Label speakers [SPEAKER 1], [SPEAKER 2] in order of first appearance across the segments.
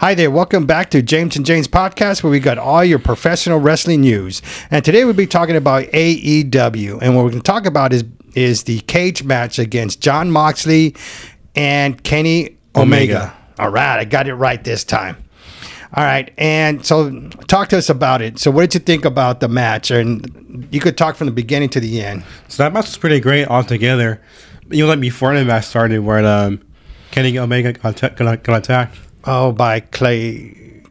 [SPEAKER 1] Hi there, welcome back to James and James podcast where we got all your professional wrestling news. And today we'll be talking about AEW and what we're going to talk about is is the cage match against John Moxley and Kenny Omega.
[SPEAKER 2] Omega.
[SPEAKER 1] All right, I got it right this time. All right, and so talk to us about it. So what did you think about the match? And you could talk from the beginning to the end.
[SPEAKER 2] So that match was pretty great altogether. You know, like before the match started, where um, Kenny Omega got, atta- got, got attacked.
[SPEAKER 1] Oh, by Clay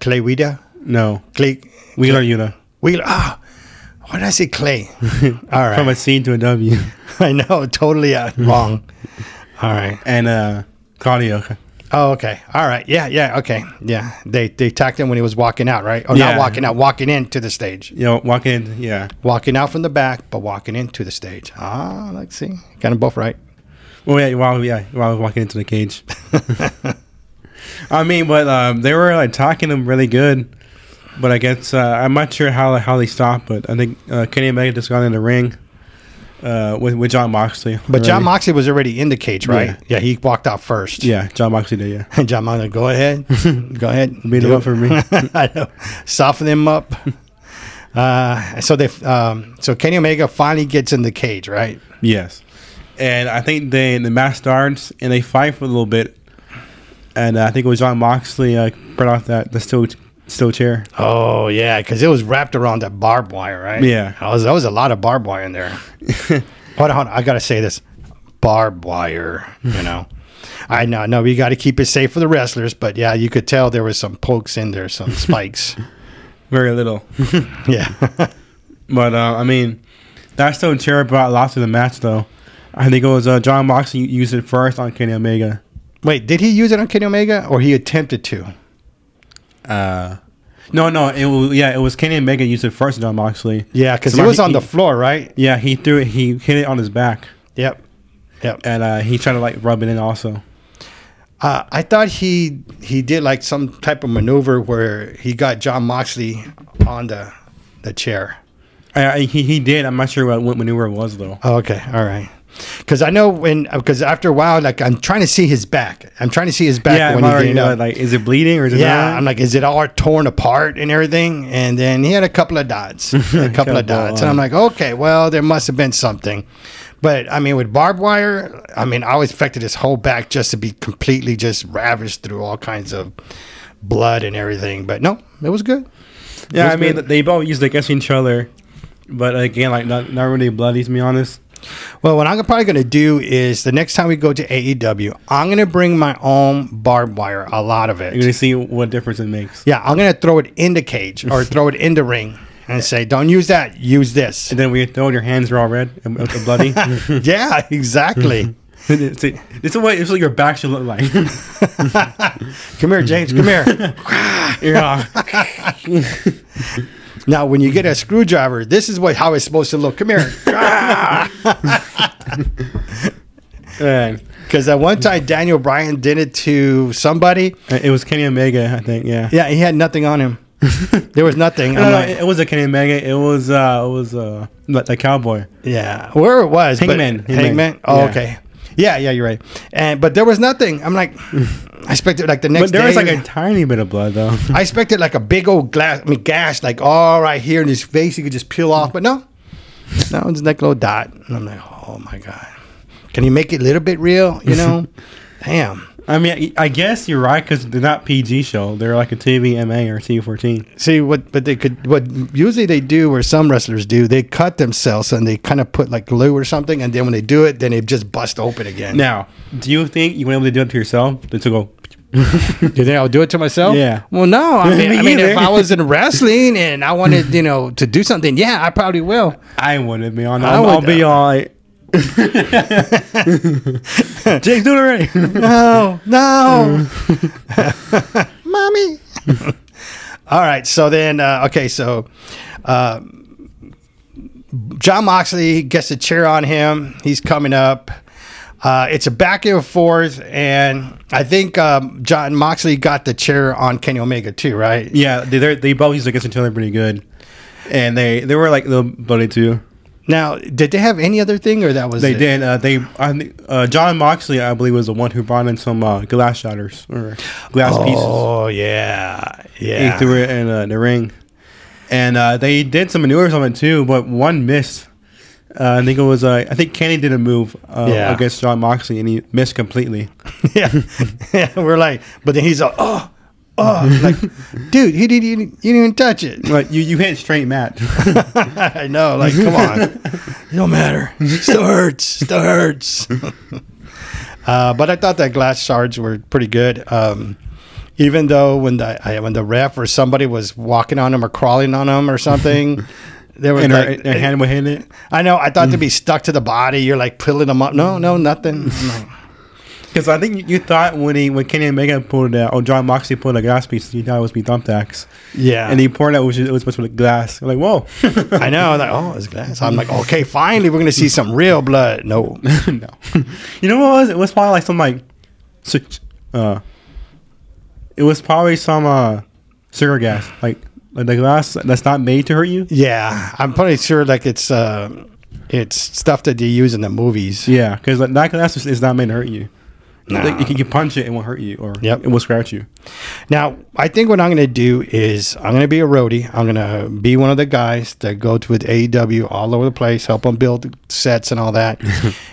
[SPEAKER 1] Clay Wida?
[SPEAKER 2] No,
[SPEAKER 1] Clay
[SPEAKER 2] Wheeler Yuta
[SPEAKER 1] Wheeler. Ah, why did I say Clay? All right.
[SPEAKER 2] from a C to a W,
[SPEAKER 1] I know, totally uh, wrong. All right.
[SPEAKER 2] and uh, Claudio.
[SPEAKER 1] Oh, okay. All right. Yeah, yeah. Okay. Yeah. They they attacked him when he was walking out, right? Oh,
[SPEAKER 2] Yeah.
[SPEAKER 1] not walking out, walking into the stage.
[SPEAKER 2] You know, walking in, yeah.
[SPEAKER 1] Walking out from the back, but walking into the stage. Ah, let's see. Got them both right.
[SPEAKER 2] Well, yeah, while yeah, while walking into the cage. I mean, but um, they were like attacking him really good. But I guess uh, I'm not sure how how they stopped. But I think uh, Kenny Omega just got in the ring uh, with with John Moxley.
[SPEAKER 1] But John
[SPEAKER 2] already.
[SPEAKER 1] Moxley was already in the cage, right?
[SPEAKER 2] Yeah.
[SPEAKER 1] Yeah, he walked out first.
[SPEAKER 2] yeah, John Moxley did, yeah.
[SPEAKER 1] And John Moxley, go ahead. go ahead.
[SPEAKER 2] Beat him
[SPEAKER 1] Do
[SPEAKER 2] up
[SPEAKER 1] it."
[SPEAKER 2] for me.
[SPEAKER 1] I know. Soften him up. Uh, so they um, so Kenny Omega finally gets in the cage, right?
[SPEAKER 2] Yes, and I think they the match starts and they fight for a little bit, and uh, I think it was John Moxley uh, brought out that the steel steel chair.
[SPEAKER 1] Oh yeah, because it was wrapped around that barbed wire, right?
[SPEAKER 2] Yeah.
[SPEAKER 1] that was, that was a lot of barbed wire in there. hold on, hold on, I gotta say this, barbed wire. You know, I know, no, we got to keep it safe for the wrestlers, but yeah, you could tell there was some pokes in there, some spikes.
[SPEAKER 2] Very little,
[SPEAKER 1] yeah,
[SPEAKER 2] but uh, I mean, that steel chair brought lots to the match though. I think it was uh, John Moxley used it first on Kenny Omega.
[SPEAKER 1] wait, did he use it on Kenny Omega or he attempted to?
[SPEAKER 2] Uh, no, no, it was yeah, it was Kenny Omega used it first. on John Moxley.
[SPEAKER 1] Yeah, because he
[SPEAKER 2] Somebody-
[SPEAKER 1] was on the floor, right?
[SPEAKER 2] Yeah, he threw it. He hit it on his back,
[SPEAKER 1] Yep, yep.
[SPEAKER 2] and uh, he tried to like rub it in also.
[SPEAKER 1] Uh, I thought he he did like some type of maneuver where he got John Moxley on the the chair.
[SPEAKER 2] Uh, he, he did. I'm not sure what, what maneuver it was though.
[SPEAKER 1] Oh, okay, all right. Because I know when, because after a while, like I'm trying to see his back. I'm trying to see his back
[SPEAKER 2] yeah,
[SPEAKER 1] when
[SPEAKER 2] I'm
[SPEAKER 1] he's
[SPEAKER 2] already
[SPEAKER 1] getting up.
[SPEAKER 2] like, uh-huh. like, is it bleeding or is it
[SPEAKER 1] uh, yeah, I'm
[SPEAKER 2] not?
[SPEAKER 1] like, is it all torn apart and everything? And then he had a couple of dots, a couple of
[SPEAKER 2] Couple,
[SPEAKER 1] dots, and I'm like, okay, well, there must have been something. But I mean, with barbed wire, I mean, I always affected his whole back just to be completely just ravaged through all kinds of blood and everything. But no, it was good.
[SPEAKER 2] yeah, I
[SPEAKER 1] Who's
[SPEAKER 2] mean,
[SPEAKER 1] been-
[SPEAKER 2] they both used against each other, but again, like not, not really bloody to be honest.
[SPEAKER 1] Well, what I'm probably going to do is the next time we go to AEW, I'm going to bring my own barbed wire, a lot of it.
[SPEAKER 2] You're gonna see what difference it makes.
[SPEAKER 1] Yeah, I'm gonna throw it in the cage or throw it in the ring and say, "Don't use that. Use this."
[SPEAKER 2] And then when you throw it, your hands are all red and, and bloody.
[SPEAKER 1] yeah, exactly.
[SPEAKER 2] this is this is what this is what your back should look like.
[SPEAKER 1] Come here, James. Come here.
[SPEAKER 2] yeah,
[SPEAKER 1] Now, when you get a screwdriver, this is what how it's supposed to look. Come here.
[SPEAKER 2] and
[SPEAKER 1] Because at one time, Daniel Bryan did it to somebody.
[SPEAKER 2] it was Kenny Omega, I think. Yeah,
[SPEAKER 1] Yeah, he had nothing on him. There was nothing.
[SPEAKER 2] No,
[SPEAKER 1] I'm
[SPEAKER 2] no,
[SPEAKER 1] like,
[SPEAKER 2] it, it was a Kenny Omega. It was uh, it was uh, the, the cowboy.
[SPEAKER 1] yeah, where it was, but-
[SPEAKER 2] Hangman, Hangman.
[SPEAKER 1] Hangman. Oh,
[SPEAKER 2] Yeah.
[SPEAKER 1] okay. Yeah, yeah, you're right. And but there was nothing. I'm like, I expected like the next.
[SPEAKER 2] But there was
[SPEAKER 1] day-
[SPEAKER 2] like a tiny bit of blood though.
[SPEAKER 1] I expected like a big old glass, I mean, gash, like all right here in his face, he could just peel off. But no, no, it's like a little dot. And I'm like, oh my God. Can you make it a little bit real? You know? Damn.
[SPEAKER 2] I mean, I I guess you're right because they're not PG show. They're like a TVMA or T14.
[SPEAKER 1] See what, but they could, what usually they do, or some wrestlers do, they cut themselves and they kind of put like glue or something. And then when they do it, then they just bust open again.
[SPEAKER 2] Now, do you think you were able to do it to yourself? To go,
[SPEAKER 1] You think I'll do it to myself?
[SPEAKER 2] Yeah.
[SPEAKER 1] Well, no. I mean,
[SPEAKER 2] Me
[SPEAKER 1] I mean if
[SPEAKER 2] either.
[SPEAKER 1] I was in wrestling and I wanted, you know, to do something, yeah, I probably will.
[SPEAKER 2] I wouldn't be on.
[SPEAKER 1] I
[SPEAKER 2] I'll, I'll
[SPEAKER 1] would,
[SPEAKER 2] be
[SPEAKER 1] uh,
[SPEAKER 2] all like, Jake, do it already.
[SPEAKER 1] No, no, mommy. All right. So then, uh, okay. So, uh, John Moxley gets a chair on him. He's coming up. Uh, it's a back and forth, and I think um, John Moxley got the chair on Kenny Omega too, right?
[SPEAKER 2] yeah, they they're- they both used against each other pretty good, and they they were like little buddy too.
[SPEAKER 1] Now, did they have any other thing, or that was
[SPEAKER 2] They
[SPEAKER 1] it?
[SPEAKER 2] did. Uh, they I, think, uh, John Moxley, I believe, was the one who brought in some uh, glass shatters or glass pieces.
[SPEAKER 1] Oh yeah, yeah.
[SPEAKER 2] He threw it in uh, the ring, and uh, they did some maneuvers on it too, but one missed. Uh, I think it was. Uh, I think Kenny did a move uh,
[SPEAKER 1] Yeah.
[SPEAKER 2] against John Moxley, and he missed completely.
[SPEAKER 1] yeah. yeah, we're like, but then he's like, oh, oh, like, dude, he didn't, even- you didn't even touch it.
[SPEAKER 2] But you you hit straight Matt.
[SPEAKER 1] I know, like, come on, it don't matter. Still hurts, still hurts. uh, but I thought that glass shards were pretty good. Um, even though when the I, when the ref or somebody was walking on him or crawling on him or something, there was
[SPEAKER 2] and her,
[SPEAKER 1] like,
[SPEAKER 2] her hand Mm. was hitting it
[SPEAKER 1] I know. I thought to be stuck to the body, you're like pulling them up. No, no, nothing. I'm like,
[SPEAKER 2] because I think you, you thought when he when Kenny Omega pulled out, or John Moxley pulled a glass piece, you thought it was be thumbtacks,
[SPEAKER 1] yeah,
[SPEAKER 2] and he poured out which is- it was supposed to be glass. I'm like whoa,
[SPEAKER 1] I know. Like, oh, it's glass. I'm like, okay, finally, we're gonna see some real blood. No,
[SPEAKER 2] no. you know what it was? It was probably like some like, su- uh, it was probably some uh, cigarette gas, like like the glass that's not made to hurt you.
[SPEAKER 1] yeah, I'm pretty sure like it's uh, it's stuff that they use in the movies.
[SPEAKER 2] Yeah, because like, that glass is, is not made to hurt you.
[SPEAKER 1] No.
[SPEAKER 2] Like, you, can, you can punch it, it won't hurt you, or
[SPEAKER 1] Yep.
[SPEAKER 2] it will scratch you.
[SPEAKER 1] Now, I think what I'm gonna do is I'm gonna be a roadie. I'm gonna be one of the guys that go to with AEW all over the place, help them build sets and all that,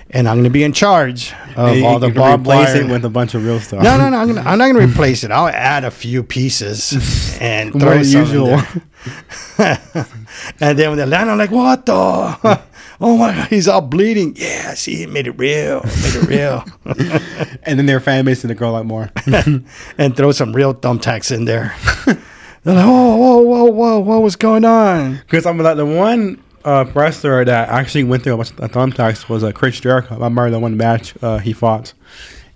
[SPEAKER 1] and I'm gonna be in charge of
[SPEAKER 2] You-
[SPEAKER 1] all
[SPEAKER 2] you
[SPEAKER 1] the
[SPEAKER 2] can
[SPEAKER 1] barbed
[SPEAKER 2] replace
[SPEAKER 1] wire.
[SPEAKER 2] it with a bunch of real stuff.
[SPEAKER 1] No, no, no. I'm, gonna, I'm not going to replace it. I'll add a few pieces and
[SPEAKER 2] Uh-huh.
[SPEAKER 1] throw
[SPEAKER 2] More than
[SPEAKER 1] some
[SPEAKER 2] usual.
[SPEAKER 1] usual. and then when they land, I'm like, what the? oh my God, he's all bleeding. Yeah, see, he made it real. Made it real.
[SPEAKER 2] and then their fan base and the girl like more.
[SPEAKER 1] and throw some real thumbtacks in there. They're like, whoa, whoa, whoa, whoa, what was going on?
[SPEAKER 2] Because I'm like the one uh, wrestler that actually went through a bunch of thumbtacks was uh, Chris Jericho. I remember the one match uh, he fought,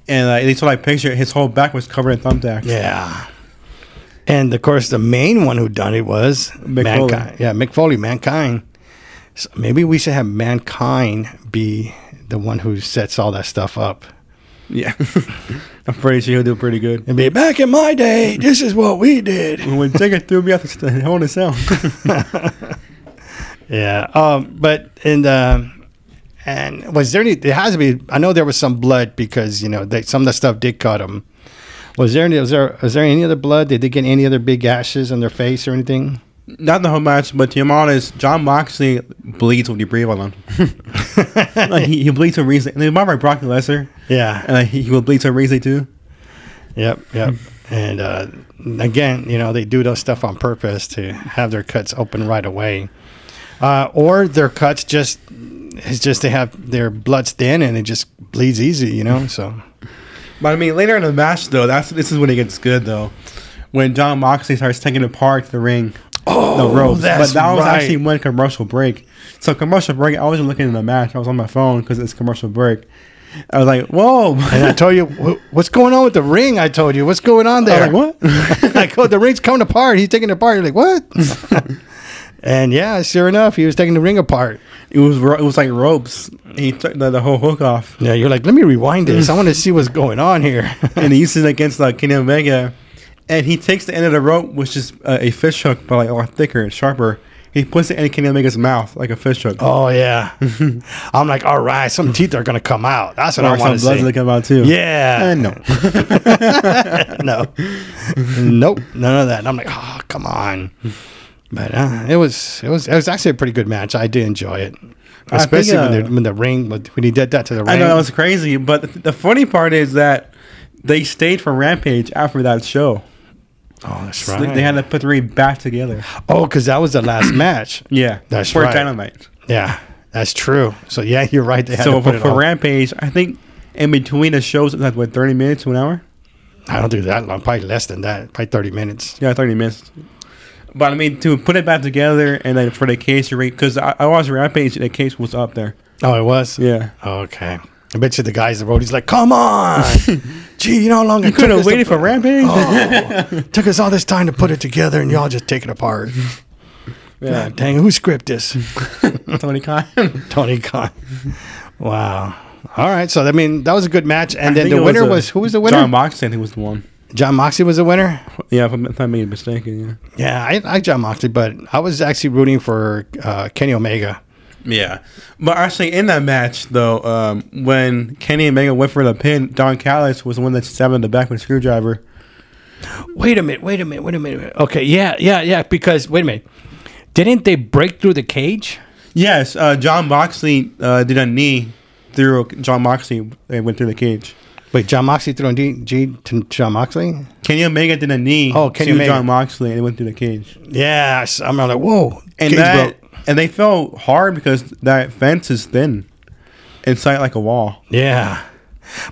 [SPEAKER 2] and uh, they saw like picture his whole back was covered in thumbtacks.
[SPEAKER 1] Yeah. And of course, the main one who done it was
[SPEAKER 2] Mick Foley.
[SPEAKER 1] Mankind. Yeah, Mick Foley, Mankind. So maybe we should have Mankind be the one who sets all that stuff up.
[SPEAKER 2] Yeah, I'm pretty sure he'll do pretty good.
[SPEAKER 1] And be back in my day, this is what we did.
[SPEAKER 2] When Jagger threw me uh, out the st- hell in the cell,
[SPEAKER 1] Yeah. Um, but in the and was there any? There has to be. I know there was some blood because you know they, some of the stuff did cut him. Was there any? Was there? Was there any other blood? Did they get any other big ashes on their face or anything?
[SPEAKER 2] not the whole match, but to be honest, John Moxley bleeds when you breathe on him. like he, he bleeds for a reason. And remember Brock Lesnar,
[SPEAKER 1] Yeah.
[SPEAKER 2] and like, he, he will bleed for a reason too.
[SPEAKER 1] Yep. Yep. And uh, again, you know, they do those stuff on purpose to have their cuts open right away, uh, or their cuts just it's just they have their blood's thin and it just bleeds easy. You know, so.
[SPEAKER 2] But I mean, later in the match, though, that's this is when it gets good, though. When John Moxley starts taking apart the ring,
[SPEAKER 1] Oh,
[SPEAKER 2] the ropes.
[SPEAKER 1] that's
[SPEAKER 2] but that was
[SPEAKER 1] right.
[SPEAKER 2] actually one commercial break. So commercial break, I wasn't looking at the match. I was on my phone because it's commercial break. I was like, "Whoa!"
[SPEAKER 1] And I told you, "Wh- what's going on with the ring? I told you, what's going on there?
[SPEAKER 2] I was like, "What?"
[SPEAKER 1] I go, the ring's coming apart. He's taking it apart. You're like, what? and yeah, sure enough, he was taking the ring apart.
[SPEAKER 2] it was ro- it was like ropes. He took the, the whole hook off,
[SPEAKER 1] Yeah, you're like, let me rewind this. I want to see what's going on here.
[SPEAKER 2] and he uses it against like Kenny Omega, and he takes the end of the rope, which is uh, a fish hook, but like a lot thicker and sharper. He puts it in Kenny Omega's mouth like a fish hook.
[SPEAKER 1] oh yeah, I'm like, all right, some teeth are gonna come out. That's what
[SPEAKER 2] Or
[SPEAKER 1] I want to
[SPEAKER 2] some blood's
[SPEAKER 1] see.
[SPEAKER 2] gonna come out too.
[SPEAKER 1] Yeah,
[SPEAKER 2] I know.
[SPEAKER 1] no, nope, none of that. And I'm like, oh, come on. But uh, it was it was it was actually a pretty good match. I did enjoy it,
[SPEAKER 2] I think,
[SPEAKER 1] especially when,
[SPEAKER 2] uh,
[SPEAKER 1] the, when the ring when he did that to the ring.
[SPEAKER 2] I know that was crazy, but th- the funny part is that they stayed for Rampage after that show.
[SPEAKER 1] Oh, that's
[SPEAKER 2] So
[SPEAKER 1] right.
[SPEAKER 2] they- They had to put three back together.
[SPEAKER 1] oh, because that was the last match.
[SPEAKER 2] Yeah,
[SPEAKER 1] That's
[SPEAKER 2] for
[SPEAKER 1] right.
[SPEAKER 2] Dynamite.
[SPEAKER 1] Yeah, that's true. So yeah, you're right. They had
[SPEAKER 2] So
[SPEAKER 1] to put
[SPEAKER 2] for,
[SPEAKER 1] it
[SPEAKER 2] for
[SPEAKER 1] all-
[SPEAKER 2] Rampage, I think in between the shows, it was like what thirty minutes to an hour.
[SPEAKER 1] I don't do that long. Probably less than that. Probably 30 minutes.
[SPEAKER 2] Yeah, thirty minutes. But I mean, to put it back together and then for the case to because I, I watched Rampage, the case was up there.
[SPEAKER 1] Oh, it was.
[SPEAKER 2] Yeah,
[SPEAKER 1] Okay. I bet you the guys that wrote. He's like, come on. Gee, you know how long it
[SPEAKER 2] you could
[SPEAKER 1] took us
[SPEAKER 2] have
[SPEAKER 1] to
[SPEAKER 2] waited
[SPEAKER 1] put-
[SPEAKER 2] for Rampage.
[SPEAKER 1] Oh, took us all this time to put it together, and y'all just take it apart.
[SPEAKER 2] yeah,
[SPEAKER 1] God dang, who scripted this?
[SPEAKER 2] Tony Khan.
[SPEAKER 1] Tony Khan. Wow. All right. So I mean, that was a good match, and
[SPEAKER 2] I
[SPEAKER 1] then
[SPEAKER 2] think
[SPEAKER 1] the
[SPEAKER 2] it
[SPEAKER 1] winner
[SPEAKER 2] uh,
[SPEAKER 1] was, who was the winner?
[SPEAKER 2] John
[SPEAKER 1] John,
[SPEAKER 2] Moxley, I think was the one.
[SPEAKER 1] Moxley was the winner.
[SPEAKER 2] Yeah, if I'm, if I'm being mistaken.
[SPEAKER 1] Yeah, I I like John Moxley, but I was actually rooting for uh, Kenny Omega.
[SPEAKER 2] Yeah, Yeah, but actually in that match though, um, when Kenny and Mega went for the pin, Don Callis was the one that stabbed in the back with a screwdriver.
[SPEAKER 1] Wait a minute. Wait a minute. Wait a minute. Okay. Yeah. Yeah. Yeah. Because wait a minute. Didn't they break through the cage?
[SPEAKER 2] Yes, uh, John Moxley uh, did a knee through John Moxley and went through the cage.
[SPEAKER 1] Wait, John Moxley throwing D- G to John Moxley?
[SPEAKER 2] Kenny Omega did a knee
[SPEAKER 1] Oh, Kenny
[SPEAKER 2] to
[SPEAKER 1] Omega.
[SPEAKER 2] John Moxley and it went through the cage.
[SPEAKER 1] Yes. I'm like, whoa.
[SPEAKER 2] And
[SPEAKER 1] cage
[SPEAKER 2] that,
[SPEAKER 1] broke.
[SPEAKER 2] and they fell hard because that fence is thin, inside like a wall.
[SPEAKER 1] Yeah.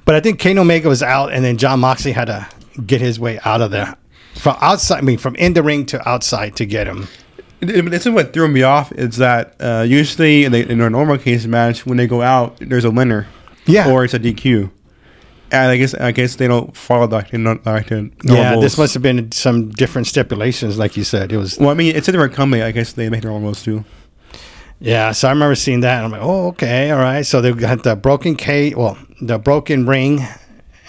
[SPEAKER 1] But I think Kane Omega was out, and then John Moxley had to get his way out of there. From outside, I mean, from in the ring to outside to get him.
[SPEAKER 2] It- it- This is what threw me off is that uh, usually in, the, in a normal cage match when they go out, there's a winner.
[SPEAKER 1] Yeah.
[SPEAKER 2] or it's a DQ. And I guess I guess they don't follow like the no- like the normal
[SPEAKER 1] yeah, this
[SPEAKER 2] rules.
[SPEAKER 1] must have been some different stipulations, like you said. It was
[SPEAKER 2] Well, I mean, it's a different company. I guess they make their own rules too.
[SPEAKER 1] Yeah, so I remember seeing that, and I'm like, oh, okay, all right. So they got the broken cage, well, the broken ring,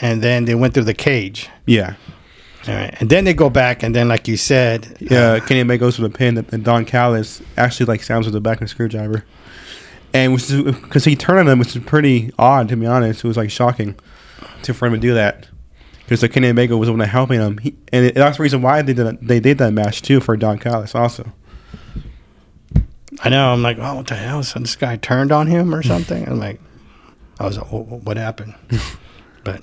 [SPEAKER 1] and then they went through the cage.
[SPEAKER 2] Yeah.
[SPEAKER 1] All right, and then they go back, and then, like you said,
[SPEAKER 2] Yeah, Kenny Omega goes for the pin, and Don Callis actually like sounds with the back of a screwdriver, and which is because he turned on him, which is pretty odd to be honest. It was like shocking to for him to do that because like, Kenny Omega was the one that helping him, he, and it, that's the reason why they did they did that match too for Don Callis also.
[SPEAKER 1] I know, I'm like, oh, what the hell? So this guy turned on him or something? I'm like, I was like, wh- wh- what happened? but,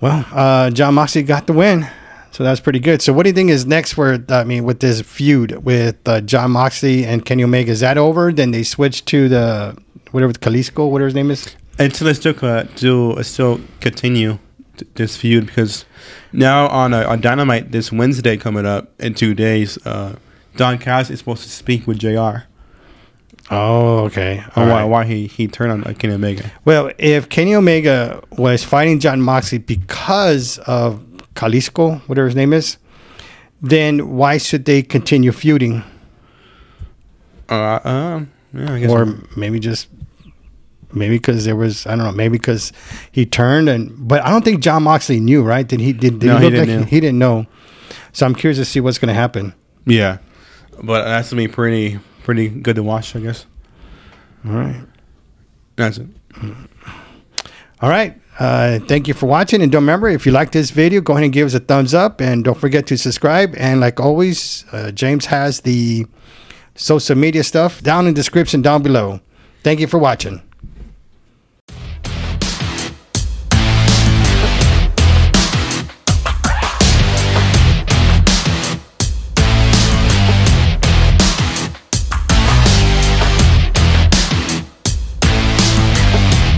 [SPEAKER 1] well, uh, John Moxley got the win. So that's pretty good. So what do you think is next for, I mean, with this feud with uh, John Moxley and Kenny Omega? Is that over? Then they switch to the, whatever, Kalisco, whatever his name is?
[SPEAKER 2] And so let's still uh, do uh, still continue t- this feud because now on uh, on Dynamite this Wednesday coming up in two days, uh, Don Callis is supposed to speak with Jr. on
[SPEAKER 1] Oh, okay. All
[SPEAKER 2] why
[SPEAKER 1] right.
[SPEAKER 2] why he he turned on uh, Kenny Omega.
[SPEAKER 1] Well, if Kenny Omega was fighting John Moxley because of Jalisco, whatever his name is, then why should they continue feuding?
[SPEAKER 2] Uh, um, yeah, I guess.
[SPEAKER 1] or maybe just maybe because there was I don't know maybe because he turned and but I don't think John Moxley knew right did he did, did
[SPEAKER 2] No, he
[SPEAKER 1] look
[SPEAKER 2] didn't
[SPEAKER 1] like
[SPEAKER 2] know.
[SPEAKER 1] he didn't know so I'm curious to see what's going to happen
[SPEAKER 2] yeah, but that's gonna be pretty pretty good to watch, I guess.
[SPEAKER 1] all right
[SPEAKER 2] That's it.
[SPEAKER 1] All right. Uh, thank you for watching. And don't remember, if you like this video, go ahead and give us a thumbs up. And don't forget to subscribe. And like always, uh, James has the social media stuff down in the description down below. Thank you for watching.